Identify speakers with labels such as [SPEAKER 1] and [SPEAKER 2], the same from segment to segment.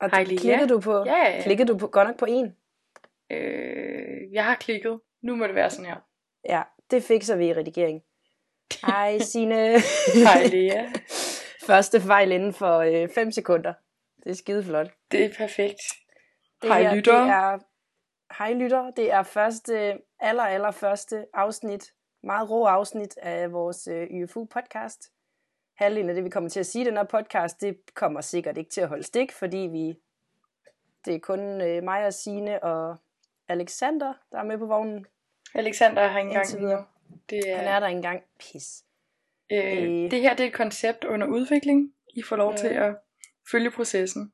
[SPEAKER 1] Og Hej,
[SPEAKER 2] Hej, Lea.
[SPEAKER 1] klikkede du på,
[SPEAKER 2] Ja, ja, ja.
[SPEAKER 1] klikkede du på, godt nok på en.
[SPEAKER 2] Øh, jeg har klikket. Nu må det være sådan her.
[SPEAKER 1] Ja, det fikser vi i redigering. Hej Signe.
[SPEAKER 2] Hej Lea.
[SPEAKER 1] Første fejl inden for 5 sekunder. Det er skide flot.
[SPEAKER 2] Det er perfekt.
[SPEAKER 1] Det
[SPEAKER 2] Hej,
[SPEAKER 1] her,
[SPEAKER 2] lyttere.
[SPEAKER 1] Det er, hej lytter. Det er første, aller, aller første afsnit, meget rå afsnit af vores øh, YFU podcast. Halvdelen af det, vi kommer til at sige i den her podcast, det kommer sikkert ikke til at holde stik, fordi vi det er kun øh, mig og Sine og Alexander, der er med på vognen.
[SPEAKER 2] Alexander har ikke
[SPEAKER 1] Indtil
[SPEAKER 2] engang
[SPEAKER 1] videre.
[SPEAKER 2] videre. Det,
[SPEAKER 1] Ja. Han
[SPEAKER 2] er,
[SPEAKER 1] er der ikke engang. Pis.
[SPEAKER 2] øh,
[SPEAKER 1] øh.
[SPEAKER 2] det her det er et koncept under udvikling. I får lov
[SPEAKER 1] Mm.
[SPEAKER 2] til at følge processen.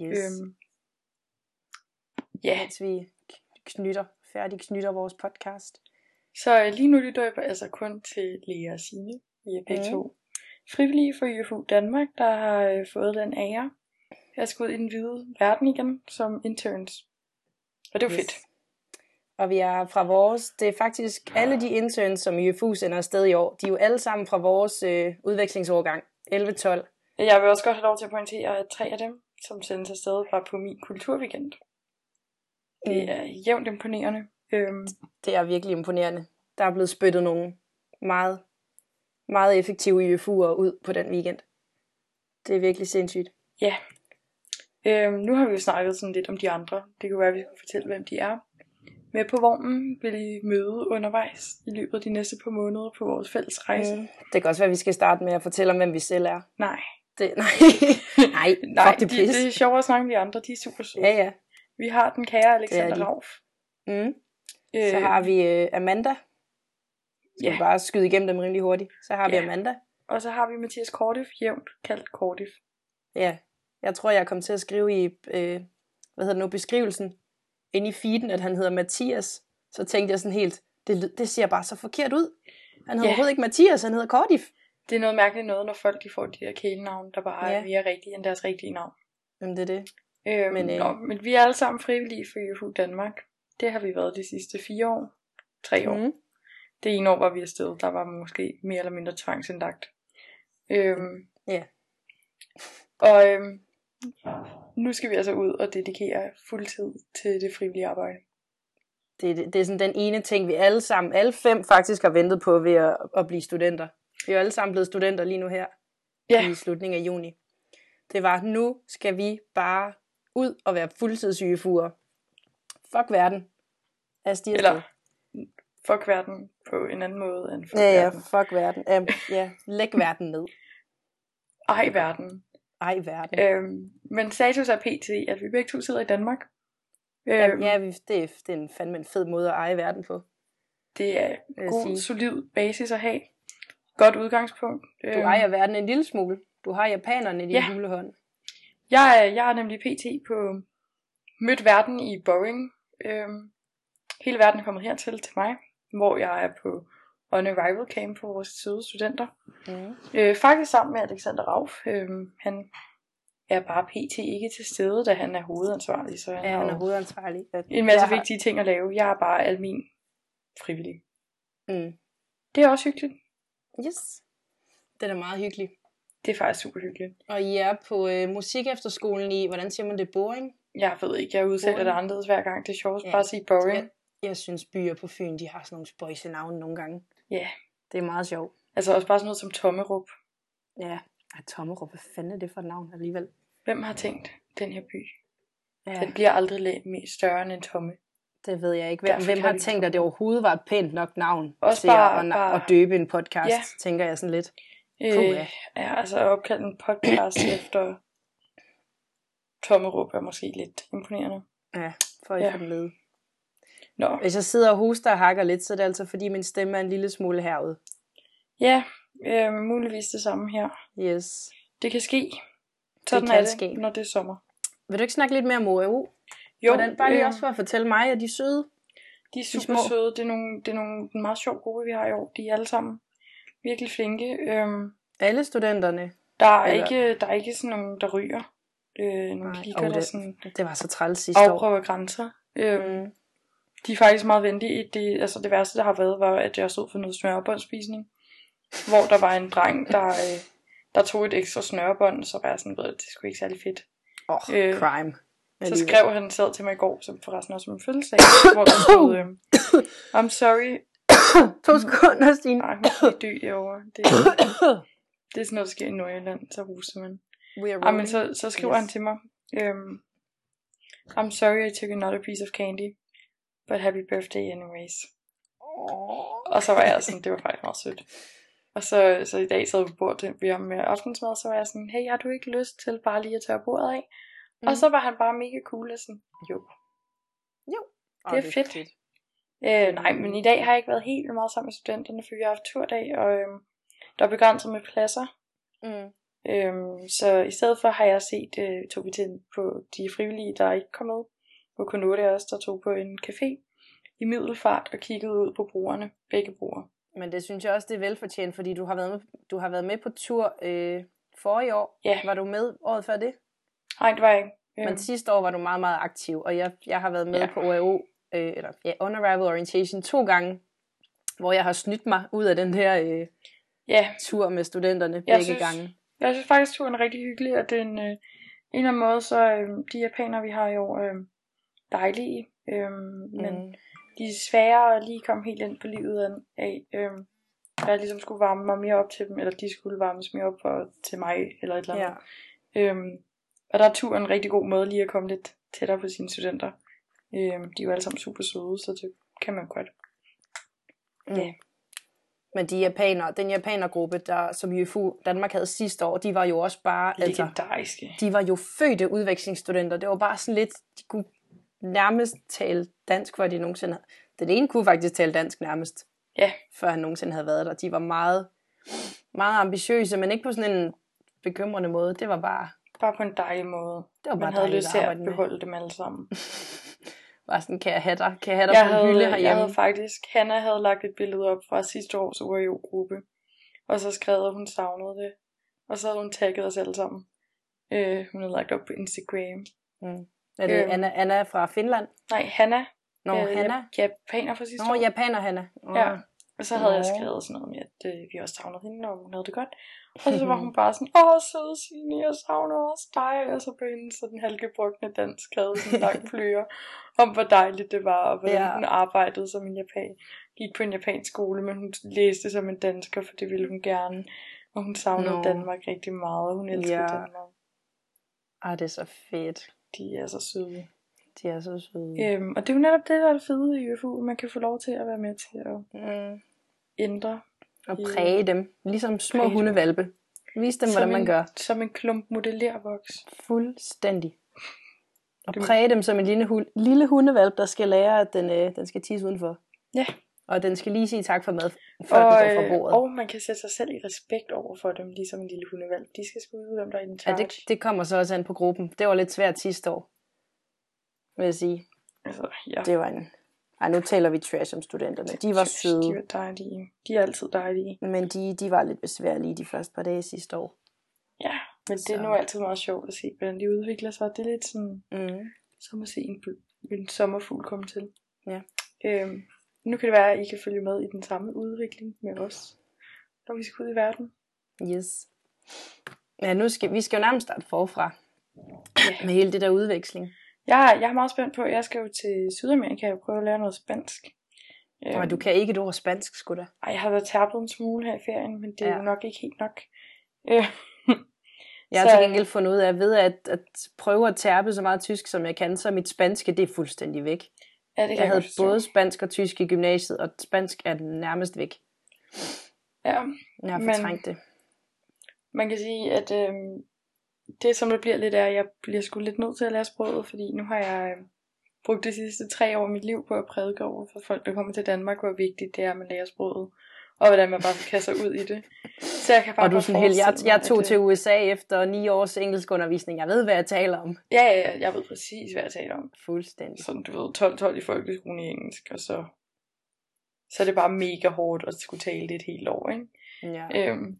[SPEAKER 1] Yes. Øhm.
[SPEAKER 2] Øhm, ja,
[SPEAKER 1] Mens vi knytter, færdig knytter vores podcast.
[SPEAKER 2] så øh, lige nu lytter jeg altså kun til Lea og Signe. Vi er begge
[SPEAKER 1] Mm.
[SPEAKER 2] to frivillige for UFU Danmark, der har øh, fået den ære. Jeg skal ud i den hvide verden igen som interns. Og det var yes. fedt.
[SPEAKER 1] Og vi er fra vores, det er faktisk alle de interns, som UFU sender afsted i år, de er jo alle sammen fra vores øh, udvekslingsårgang, 11-12.
[SPEAKER 2] Jeg vil også godt have lov til at pointere, at tre af dem, som sendes afsted, var på min kulturweekend.
[SPEAKER 1] Mm.
[SPEAKER 2] Det er jævnt imponerende. Øhm,
[SPEAKER 1] Det er virkelig imponerende. Der er blevet spyttet nogle meget, meget effektive UFU'er ud på den weekend. Det er virkelig sindssygt.
[SPEAKER 2] ja. Øhm, nu har vi jo snakket sådan lidt om de andre. Det kunne være, at vi skulle fortælle, hvem de er. Med på vognen vil I møde undervejs i løbet af de næste par måneder på vores fælles rejse. Mm.
[SPEAKER 1] Mm. Det kan også være, at vi skal starte med at fortælle om, hvem vi selv er.
[SPEAKER 2] Nej,
[SPEAKER 1] Det, nej, nej,
[SPEAKER 2] nej
[SPEAKER 1] fuck
[SPEAKER 2] det,
[SPEAKER 1] det
[SPEAKER 2] de,
[SPEAKER 1] pis.
[SPEAKER 2] det er sjovere at snakke om de andre. De er super søde.
[SPEAKER 1] Ja, ja.
[SPEAKER 2] Vi har den kære Alexander
[SPEAKER 1] de.
[SPEAKER 2] Rauf.
[SPEAKER 1] Mm. Så har vi øh, Amanda. Skal
[SPEAKER 2] ja.
[SPEAKER 1] yeah. bare skyde igennem dem rimelig hurtigt. Så har vi
[SPEAKER 2] Ja.
[SPEAKER 1] Amanda.
[SPEAKER 2] Og så har vi Mathias Kortif, jævnt kaldt Kortif.
[SPEAKER 1] Ja, jeg tror, jeg kom til at skrive i, øh, hvad hedder det nu, beskrivelsen, inde i feeden, at han hedder Mathias. Så tænkte jeg sådan helt, det, lyd- det ser bare så forkert ud. Han hedder
[SPEAKER 2] Ja.
[SPEAKER 1] yeah. overhovedet ikke Mathias, han hedder Cardiff.
[SPEAKER 2] Det er noget mærkeligt noget, når folk de får de der kælenavn, der bare
[SPEAKER 1] Ja.
[SPEAKER 2] er mere rigtige end deres rigtige navn.
[SPEAKER 1] Jamen, det er det.
[SPEAKER 2] Øhm,
[SPEAKER 1] Men,
[SPEAKER 2] men,
[SPEAKER 1] øh,
[SPEAKER 2] øh... nå, men vi er alle sammen frivillige for UFU Danmark. Det har vi været de sidste fire år. Tre år. Mm. Det ene år var vi afsted, der var måske mere eller mindre tvangsindlagt. Øhm,
[SPEAKER 1] Ja.
[SPEAKER 2] Og øhm, nu skal vi altså ud og dedikere fuldtid til det frivillige arbejde.
[SPEAKER 1] Det, det, det er sådan den ene ting, vi alle sammen, alle fem faktisk har ventet på ved at, at blive studenter. Vi er jo alle sammen blevet studenter lige nu her
[SPEAKER 2] Ja,
[SPEAKER 1] i slutningen af juni. Det var, nu skal vi bare ud og være fuldtidssygefuger. Fuck verden. Altså, de er
[SPEAKER 2] eller
[SPEAKER 1] afsted.
[SPEAKER 2] fuck verden på en anden måde end fuck
[SPEAKER 1] Ja, ja,
[SPEAKER 2] verden.
[SPEAKER 1] fuck verden. Um, ja, læg verden ned.
[SPEAKER 2] Ej verden.
[SPEAKER 1] Ej, verden.
[SPEAKER 2] Øhm, men status er pt, at vi begge to sidder i Danmark. Øhm,
[SPEAKER 1] Øhm. Ja,
[SPEAKER 2] ja.
[SPEAKER 1] vi, det, er, det er en fandme en fed måde at eje verden på.
[SPEAKER 2] Det er
[SPEAKER 1] vil jeg
[SPEAKER 2] en god,
[SPEAKER 1] sige.
[SPEAKER 2] solid basis at have. Godt udgangspunkt. Øhm,
[SPEAKER 1] Du ejer verden en lille smule. Du har japanerne i din
[SPEAKER 2] Ja.
[SPEAKER 1] ja. julehånd.
[SPEAKER 2] jeg, er- jeg er nemlig pt på mødt verden i Boring. Øhm, hele verden er kommet hertil til mig, hvor jeg er på On Arrival Camp for vores søde studenter.
[SPEAKER 1] Mm.
[SPEAKER 2] Øh, faktisk sammen med Alexander Rauf. Øhm, han er bare pt ikke til stede, da han er hovedansvarlig, så han,
[SPEAKER 1] Ja,
[SPEAKER 2] har
[SPEAKER 1] han
[SPEAKER 2] jo
[SPEAKER 1] er hovedansvarlig. Ja,
[SPEAKER 2] en masse
[SPEAKER 1] jeg har-
[SPEAKER 2] vigtige ting at lave. Jeg er bare almin frivillig.
[SPEAKER 1] Mm.
[SPEAKER 2] Det er også hyggeligt.
[SPEAKER 1] Yes. Den er meget hyggelig.
[SPEAKER 2] Det er faktisk super hyggeligt.
[SPEAKER 1] Og I er på øh, musik efterskolen i, hvordan siger man det, Boring?
[SPEAKER 2] Jeg ved ikke, jeg udtaler det
[SPEAKER 1] Boring.
[SPEAKER 2] anderledes hver gang. Det er sjovt
[SPEAKER 1] Ja.
[SPEAKER 2] bare at sige boring.
[SPEAKER 1] Jeg synes, byer på Fyn, de har sådan nogle spøjse navne nogle gange.
[SPEAKER 2] Ja.
[SPEAKER 1] Det er meget sjovt.
[SPEAKER 2] Altså også bare sådan noget som Tommerup.
[SPEAKER 1] Ja. Ej, Tommerup, hvad fanden er det for et navn alligevel?
[SPEAKER 2] Hvem har tænkt, den her by, ja.
[SPEAKER 1] Ja,
[SPEAKER 2] den bliver aldrig la- mere større end en tomme.
[SPEAKER 1] det ved jeg ikke. Hvem,
[SPEAKER 2] Derfor
[SPEAKER 1] hvem
[SPEAKER 2] kan
[SPEAKER 1] har
[SPEAKER 2] vi ikke
[SPEAKER 1] tænkt,
[SPEAKER 2] komme
[SPEAKER 1] at det overhovedet var et pænt nok navn
[SPEAKER 2] Også
[SPEAKER 1] til at-
[SPEAKER 2] bare-
[SPEAKER 1] at,
[SPEAKER 2] bare-
[SPEAKER 1] at døbe en podcast,
[SPEAKER 2] Ja.
[SPEAKER 1] tænker jeg sådan lidt. Puha.
[SPEAKER 2] Øh, ja, altså at opkalde en podcast efter Tommerup er måske lidt imponerende.
[SPEAKER 1] Ja, for at
[SPEAKER 2] Ja.
[SPEAKER 1] ja. få den med.
[SPEAKER 2] Nå,
[SPEAKER 1] Hvis jeg sidder og hoster og hakker lidt, så er det altså fordi min stemme er en lille smule herude.
[SPEAKER 2] ja, øh, muligvis det samme her.
[SPEAKER 1] Yes.
[SPEAKER 2] Det kan ske. Sådan
[SPEAKER 1] kan
[SPEAKER 2] er det,
[SPEAKER 1] ske.
[SPEAKER 2] når det er sommer.
[SPEAKER 1] Vil du ikke snakke lidt mere om OAU? Hvordan, bare lige
[SPEAKER 2] øh,
[SPEAKER 1] også for at fortælle mig, at de er søde.
[SPEAKER 2] De er super
[SPEAKER 1] små.
[SPEAKER 2] søde. Det er nogle, det er nogle meget sjove gruppe, vi har i år. De er alle sammen virkelig flinke. Øhm,
[SPEAKER 1] Alle studenterne.
[SPEAKER 2] Der er,
[SPEAKER 1] Eller-
[SPEAKER 2] ikke, der er ikke sådan nogen, der ryger. Øh, nogle
[SPEAKER 1] Nej,
[SPEAKER 2] Nej,
[SPEAKER 1] åh,
[SPEAKER 2] piger, der
[SPEAKER 1] det-
[SPEAKER 2] sådan
[SPEAKER 1] Det var så træls sidste år.
[SPEAKER 2] afprøver grænser. Øh, mm.
[SPEAKER 1] Mm.
[SPEAKER 2] De er faktisk meget venlige. Det, altså det værste, der har været, var, at jeg stod for noget snørebåndspisning. Hvor der var en dreng, der, øh, der tog et ekstra snørebånd, så var jeg sådan, ved, du, det skulle ikke særlig fedt.
[SPEAKER 1] Åh, oh,
[SPEAKER 2] Øh,
[SPEAKER 1] crime.
[SPEAKER 2] Så
[SPEAKER 1] Alligevel.
[SPEAKER 2] skrev han selv til mig i går, som forresten også min fødselsdag, hvor der stod, øh, I'm sorry,
[SPEAKER 1] To sekunder, Stine.
[SPEAKER 2] nej, hun er helt død derovre. Det, det er sådan noget, der sker i Nordjylland, så huser man.
[SPEAKER 1] We are
[SPEAKER 2] Ej, men
[SPEAKER 1] rolling.
[SPEAKER 2] så, så skriver
[SPEAKER 1] Yes.
[SPEAKER 2] yes. han til mig, øhm, I'm sorry I took another piece of candy, but happy birthday anyways.
[SPEAKER 1] Åh.
[SPEAKER 2] Og så var jeg sådan, det var faktisk meget sødt. Og så, så i dag sad vi på bordet ved ham med aftensmad, så var jeg sådan, hey, har du ikke lyst til bare lige at tørre bordet af? Mm.
[SPEAKER 1] Mm.
[SPEAKER 2] Og så var han bare mega cool og sådan, jo.
[SPEAKER 1] Åh,
[SPEAKER 2] det er fedt. Øh, nej, men i dag har jeg ikke været helt meget sammen med studenterne, for vi har haft turdag, og øhm, der er begrænset med pladser.
[SPEAKER 1] Mm.
[SPEAKER 2] Øhm, så i stedet for har jeg set, øh, tog vi til på de frivillige, der ikke kom med, hvor kun otte af os, der tog på en café i middelfart og kiggede ud på brugerne, begge bruger.
[SPEAKER 1] Men det synes jeg også, det er velfortjent, fordi du har været med, du har været med på tur øh, for i år.
[SPEAKER 2] Ja.
[SPEAKER 1] Var du med året før det?
[SPEAKER 2] Nej, det var jeg ikke. Øhm,
[SPEAKER 1] Men sidste år var du meget, meget aktiv, og jeg, jeg har været med
[SPEAKER 2] Ja.
[SPEAKER 1] på OAO, øh, eller ja, On Arrival Orientation, to gange, hvor jeg har snydt mig ud af den her øh,
[SPEAKER 2] ja,
[SPEAKER 1] tur med studenterne jeg begge
[SPEAKER 2] Jeg
[SPEAKER 1] synes...
[SPEAKER 2] synes-
[SPEAKER 1] gange.
[SPEAKER 2] jeg synes faktisk, turen er rigtig hyggelig, og det er en, øh, en eller anden måde, så øh, de japanere, vi har jo øh, dejlige, øh, men
[SPEAKER 1] Men... Mm.
[SPEAKER 2] de er svære at lige komme helt ind på livet an- af. Øh, jeg ligesom skulle varme mig mere op til dem, eller de skulle varmes mere op for, til mig, eller et eller andet.
[SPEAKER 1] Ja.
[SPEAKER 2] Øhm, og der er turen en rigtig god måde lige at komme lidt tættere på sine studenter. Øhm, de er jo alle sammen super søde, så det kan man godt.
[SPEAKER 1] Mm. Men de japanere, den japanergruppe, der, som UFU Danmark havde sidste år, de var jo også bare, altså,
[SPEAKER 2] Legendariske.
[SPEAKER 1] de var jo fødte udvekslingsstudenter. Det var bare sådan lidt, de kunne nærmest tale dansk, hvor de nogensinde havde. Den ene kunne faktisk tale dansk nærmest,
[SPEAKER 2] Ja.
[SPEAKER 1] før han nogensinde havde været der. De var meget, meget ambitiøse, men ikke på sådan en bekymrende måde. Det var bare,
[SPEAKER 2] Bare på en dejlig måde.
[SPEAKER 1] det var bare
[SPEAKER 2] Man havde
[SPEAKER 1] dejligt
[SPEAKER 2] lyst til at
[SPEAKER 1] arbejde med.
[SPEAKER 2] beholde dem alle sammen.
[SPEAKER 1] Bare sådan, kan jeg have dig, kan jeg have dig
[SPEAKER 2] Jeg
[SPEAKER 1] på en
[SPEAKER 2] havde,
[SPEAKER 1] hylde
[SPEAKER 2] jeg
[SPEAKER 1] herhjemme?
[SPEAKER 2] havde faktisk, Hanna havde lagt et billede op fra sidste års UAO-gruppe. Og så skrev, at hun savnede det. Og så havde hun tagget os alle sammen. Øh, hun havde lagt op på Instagram.
[SPEAKER 1] Er det
[SPEAKER 2] øhm.
[SPEAKER 1] Anna, Anna fra Finland?
[SPEAKER 2] Nej, Hanna.
[SPEAKER 1] Nå,
[SPEAKER 2] øh,
[SPEAKER 1] Hanna.
[SPEAKER 2] jap- Japaner fra sidste
[SPEAKER 1] Nå,
[SPEAKER 2] år.
[SPEAKER 1] japaner Hanna. Åh.
[SPEAKER 2] Ja. Og så havde jeg
[SPEAKER 1] Nå.
[SPEAKER 2] skrevet sådan noget med, at øh, vi også savnede hende, og hun havde det godt. Og så var hun bare sådan, åh, søde Signe, jeg savner også dig. Og så på hende sådan halkebrugende dansk havde sådan en lang flyer om, hvor dejligt det var, og hvordan
[SPEAKER 1] Ja.
[SPEAKER 2] ja. hun arbejdede som en japan. Gik på en japansk skole, men hun læste som en dansker, for det ville hun gerne. Og hun savnede
[SPEAKER 1] Nå.
[SPEAKER 2] no. Danmark rigtig meget, og hun elskede
[SPEAKER 1] Ja.
[SPEAKER 2] ja. Danmark.
[SPEAKER 1] Ah, det er så fedt.
[SPEAKER 2] De er så søde.
[SPEAKER 1] De er så søde.
[SPEAKER 2] Øhm, og det er jo netop det, der er det fede i UFU. Man kan få lov til at være med til at
[SPEAKER 1] Mm.
[SPEAKER 2] ændre
[SPEAKER 1] Og
[SPEAKER 2] Ja.
[SPEAKER 1] præge dem. Ligesom små
[SPEAKER 2] Præge dem.
[SPEAKER 1] hundevalpe. Vis dem,
[SPEAKER 2] som
[SPEAKER 1] hvordan man
[SPEAKER 2] en,
[SPEAKER 1] gør.
[SPEAKER 2] Som en klump modellervoks.
[SPEAKER 1] Fuldstændig. Og
[SPEAKER 2] Det-
[SPEAKER 1] præge dem som en lille, hul, lille hundevalp, der skal lære, at den, øh, den skal tisse udenfor.
[SPEAKER 2] Ja.
[SPEAKER 1] Og den skal lige sige tak for mad, før den går fra
[SPEAKER 2] øh,
[SPEAKER 1] bordet.
[SPEAKER 2] og man kan sætte sig selv i respekt over for dem, ligesom en lille hundevalg. De skal sgu vide, hvem der er i den
[SPEAKER 1] ja,
[SPEAKER 2] charge.
[SPEAKER 1] det, det kommer så også an på gruppen. Det var lidt svært sidste år, vil jeg sige.
[SPEAKER 2] altså, ja.
[SPEAKER 1] Det var en... Ej, nu taler vi trash om studenterne. De var
[SPEAKER 2] Synes, De
[SPEAKER 1] søde,
[SPEAKER 2] var dejlige. De er altid dejlige.
[SPEAKER 1] men de, de var lidt besværlige de første par dage sidste år.
[SPEAKER 2] Ja, men det er
[SPEAKER 1] Så.
[SPEAKER 2] nu altid meget sjovt at se, hvordan de udvikler sig. Det er lidt sådan,
[SPEAKER 1] Mm.
[SPEAKER 2] som at se en, bu- en sommerfugl komme til.
[SPEAKER 1] Ja.
[SPEAKER 2] Øhm, nu kan det være, at I kan følge med i den samme udvikling med os, når vi skal ud i verden.
[SPEAKER 1] Yes. Ja, nu skal, vi skal jo nærmest starte forfra
[SPEAKER 2] Ja.
[SPEAKER 1] med hele det der udveksling.
[SPEAKER 2] Jeg, er- jeg er meget spændt på, jeg skal jo til Sydamerika og prøve at lære noget spansk.
[SPEAKER 1] Øhm. Og du kan ikke et ord spansk, sgu da.
[SPEAKER 2] Ej, jeg har været tærpet en smule her i ferien, men det er
[SPEAKER 1] Ja.
[SPEAKER 2] ja. jo nok ikke helt nok. Øh,
[SPEAKER 1] Jeg har
[SPEAKER 2] Så-
[SPEAKER 1] til gengæld fundet ud af, at ved at, at prøve at tærpe så meget tysk, som jeg kan, så er mit spanske, det er fuldstændig væk.
[SPEAKER 2] ja, det kan
[SPEAKER 1] Jeg havde
[SPEAKER 2] godt forstå.
[SPEAKER 1] både spansk og tysk i gymnasiet, og spansk er nærmest væk.
[SPEAKER 2] Ja,
[SPEAKER 1] Jeg har
[SPEAKER 2] Men-
[SPEAKER 1] fortrængt det.
[SPEAKER 2] man kan sige, at øh, det som det bliver lidt er, at jeg bliver sgu lidt nødt til at lære sproget, fordi nu har jeg øh, brugt de sidste tre år af mit liv på at prædike over for folk, der kommer til Danmark, hvor vigtigt det er, at man lærer sproget, og hvordan man bare kaster ud i det. Så jeg kan bare
[SPEAKER 1] Og du er
[SPEAKER 2] godt
[SPEAKER 1] sådan helt, jeg,
[SPEAKER 2] forestille mig,
[SPEAKER 1] jeg
[SPEAKER 2] at,
[SPEAKER 1] tog
[SPEAKER 2] øh,
[SPEAKER 1] til USA efter ni års engelskundervisning. Jeg ved, hvad jeg taler om.
[SPEAKER 2] øh, Ja, ja, ja, jeg ved præcis, hvad jeg taler om.
[SPEAKER 1] Fuldstændig.
[SPEAKER 2] sådan, du ved, 12-12 i folkeskolen i engelsk, og så, så er det bare mega hårdt at skulle tale det et helt år, ikke?
[SPEAKER 1] Ja.
[SPEAKER 2] Øhm,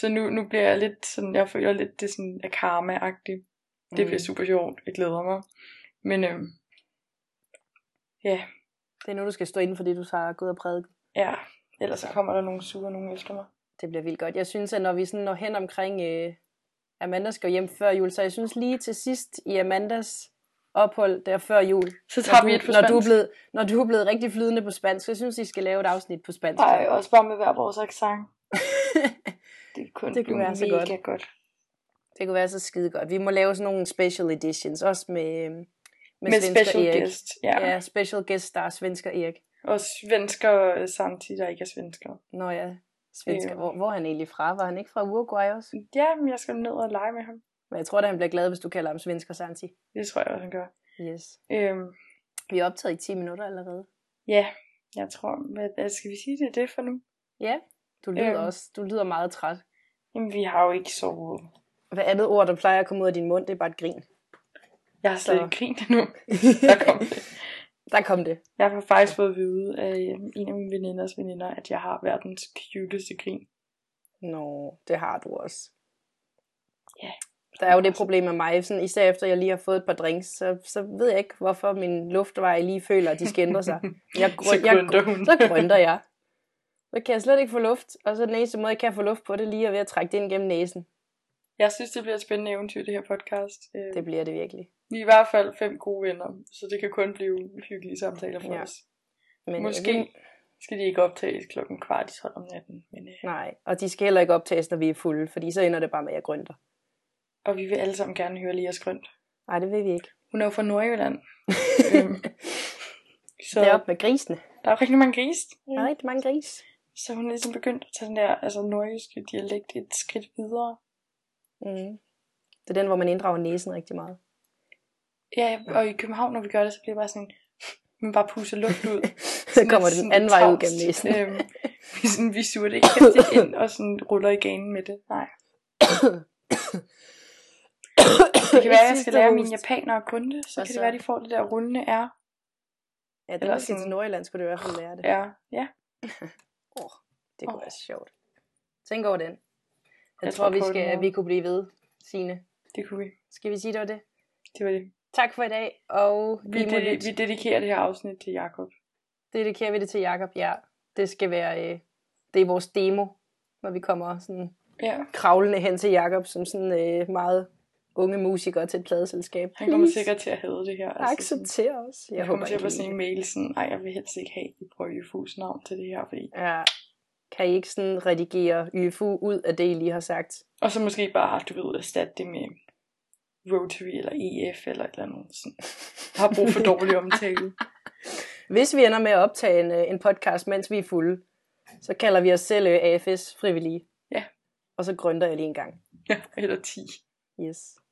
[SPEAKER 2] så nu, nu bliver jeg lidt sådan, jeg føler lidt, det sådan er karma-agtigt. Det
[SPEAKER 1] Mm.
[SPEAKER 2] bliver super sjovt, jeg glæder mig. Men øhm, ja,
[SPEAKER 1] Det er nu, du skal stå inden for det, du har gået og prædiket.
[SPEAKER 2] ja, ellers så kommer der nogle sure nogen efter mig.
[SPEAKER 1] Det bliver vildt godt. Jeg synes, at når vi sådan når hen omkring øh, Amanda skal jo hjem før jul, så jeg synes lige til sidst i Amandas ophold der før jul,
[SPEAKER 2] Så
[SPEAKER 1] når
[SPEAKER 2] tager
[SPEAKER 1] du,
[SPEAKER 2] vi et på
[SPEAKER 1] når, du er
[SPEAKER 2] spansk.
[SPEAKER 1] blevet, når du er blevet rigtig flydende på spansk, så jeg synes, I skal lave et afsnit på spansk.
[SPEAKER 2] Nej, også bare med hver vores accent. Det kunne,
[SPEAKER 1] Det kunne
[SPEAKER 2] blive
[SPEAKER 1] være så
[SPEAKER 2] mega
[SPEAKER 1] godt.
[SPEAKER 2] godt.
[SPEAKER 1] Det kunne være så skide godt. Vi må lave sådan nogle special editions, også med, øhm, med,
[SPEAKER 2] Med,
[SPEAKER 1] med svensker
[SPEAKER 2] special
[SPEAKER 1] Erik.
[SPEAKER 2] guest. Ja.
[SPEAKER 1] Ja, special guest star, svensker Erik.
[SPEAKER 2] Og svensker øh, samtidig, der ikke er svensker.
[SPEAKER 1] Nå ja, svensker.
[SPEAKER 2] Ja.
[SPEAKER 1] Hvor, hvor er han egentlig fra? Var han ikke fra Uruguay også?
[SPEAKER 2] Ja, men jeg skal ned og lege med ham.
[SPEAKER 1] Men jeg tror da, han bliver glad, hvis du kalder ham svensker Santi.
[SPEAKER 2] Det tror jeg også, han gør.
[SPEAKER 1] Yes.
[SPEAKER 2] Øhm,
[SPEAKER 1] Vi er optaget i 10 minutter allerede.
[SPEAKER 2] ja, jeg tror, hvad, hvad skal vi sige, det er det for nu?
[SPEAKER 1] Ja, du lyder
[SPEAKER 2] Øhm.
[SPEAKER 1] også. Du lyder meget træt.
[SPEAKER 2] Jamen, vi har jo ikke sovet.
[SPEAKER 1] Hvad andet ord, der plejer at komme ud af din mund, det er bare et grin.
[SPEAKER 2] Jeg har slet
[SPEAKER 1] Så.
[SPEAKER 2] ikke grint endnu. Der kom det.
[SPEAKER 1] Der kom det.
[SPEAKER 2] Jeg har faktisk fået at vide af øhm, en af mine veninders veninder, at jeg har verdens cuteste grin.
[SPEAKER 1] Nå, det har du også.
[SPEAKER 2] Ja.
[SPEAKER 1] Der er jo det problem med mig, sådan, især efter jeg lige har fået et par drinks, så, så ved jeg ikke, hvorfor min luftveje lige føler, at de skal ændre sig. Jeg, grøn,
[SPEAKER 2] Så grønter
[SPEAKER 1] jeg,
[SPEAKER 2] hun.
[SPEAKER 1] så grønter jeg. Så kan jeg slet ikke få luft, og så den eneste måde, jeg kan få luft på, det er lige at ved at trække det ind gennem næsen.
[SPEAKER 2] Jeg synes, det bliver et spændende eventyr, det her podcast. Øhm,
[SPEAKER 1] Det bliver det virkelig.
[SPEAKER 2] Vi er i hvert fald fem gode venner, så det kan kun blive hyggelige samtaler for
[SPEAKER 1] Ja.
[SPEAKER 2] ja. os.
[SPEAKER 1] Men, øh,
[SPEAKER 2] Måske
[SPEAKER 1] Vi,
[SPEAKER 2] skal de ikke optages klokken kvart i 12 om natten, men, øh,
[SPEAKER 1] nej, og de skal heller ikke optages, når vi er fulde, fordi så ender det bare med, at jeg grønter.
[SPEAKER 2] og vi vil alle sammen gerne høre Lias Grønt.
[SPEAKER 1] Nej, det vil vi ikke.
[SPEAKER 2] Hun er jo fra Nordjylland. øhm, så
[SPEAKER 1] Det er op med grisene.
[SPEAKER 2] der er rigtig mange gris.
[SPEAKER 1] Der er rigtig mange gris.
[SPEAKER 2] Så hun er ligesom begyndt at tage den der altså, nordjyske dialekt et skridt videre.
[SPEAKER 1] Mm. Det er den, hvor man inddrager næsen rigtig meget.
[SPEAKER 2] Ja, og i København, når vi gør det, så bliver det bare sådan, man bare puster luft ud.
[SPEAKER 1] Så kommer det den anden vej ud
[SPEAKER 2] tavst.
[SPEAKER 1] gennem næsen.
[SPEAKER 2] Øhm, vi, sådan, vi suger det ikke rigtig ind, og sådan ruller i ganen med det. Nej. Det kan være, at jeg skal lære mine japanere at kunne det, så
[SPEAKER 1] Og
[SPEAKER 2] kan
[SPEAKER 1] så-
[SPEAKER 2] det være, at de får det der rundende R.
[SPEAKER 1] Ja, det
[SPEAKER 2] eller
[SPEAKER 1] er sådan... til
[SPEAKER 2] sådan-
[SPEAKER 1] Nordjylland, skulle du i hvert fald lære det.
[SPEAKER 2] R. Ja,
[SPEAKER 1] Oh, det kunne
[SPEAKER 2] Åh.
[SPEAKER 1] være sjovt. Tænk over den. Jeg,
[SPEAKER 2] Jeg
[SPEAKER 1] jeg tror,
[SPEAKER 2] tror
[SPEAKER 1] vi
[SPEAKER 2] på den
[SPEAKER 1] skal,
[SPEAKER 2] måde.
[SPEAKER 1] vi kunne blive ved, Signe.
[SPEAKER 2] det kunne vi.
[SPEAKER 1] Skal vi sige, det var det?
[SPEAKER 2] Det var det.
[SPEAKER 1] Tak for i dag, og
[SPEAKER 2] Vi,
[SPEAKER 1] vi, må
[SPEAKER 2] det,
[SPEAKER 1] lytte.
[SPEAKER 2] vi dedikerer det her afsnit til Jakob.
[SPEAKER 1] Dedikerer vi det til Jakob Ja. Det skal være, øh, det er vores demo, når vi kommer sådan
[SPEAKER 2] Ja,
[SPEAKER 1] kravlende hen til Jakob som sådan øh, meget unge musikere til et pladeselskab.
[SPEAKER 2] han kommer
[SPEAKER 1] Please,
[SPEAKER 2] sikkert til at hade det her. altså sådan-
[SPEAKER 1] Accepter os. Jeg,
[SPEAKER 2] Jeg kommer til at
[SPEAKER 1] ikke,
[SPEAKER 2] få
[SPEAKER 1] I-
[SPEAKER 2] sådan en mail sådan, nej, jeg vil helst ikke have, at I prøver Jufus navn til det her, fordi...
[SPEAKER 1] Ja. Kan I ikke sådan redigere YFU ud af det, I lige har sagt?
[SPEAKER 2] Og så måske bare, du ved, erstatte det med Rotary eller EF eller et eller andet sådan. Jeg har brug for dårlig omtale.
[SPEAKER 1] Hvis vi ender med at optage en, øh, en podcast, mens vi er fulde, så kalder vi os selv øh, AFS frivillige.
[SPEAKER 2] Ja.
[SPEAKER 1] Og så grønter jeg lige en gang.
[SPEAKER 2] Ja, eller 10.
[SPEAKER 1] Yes.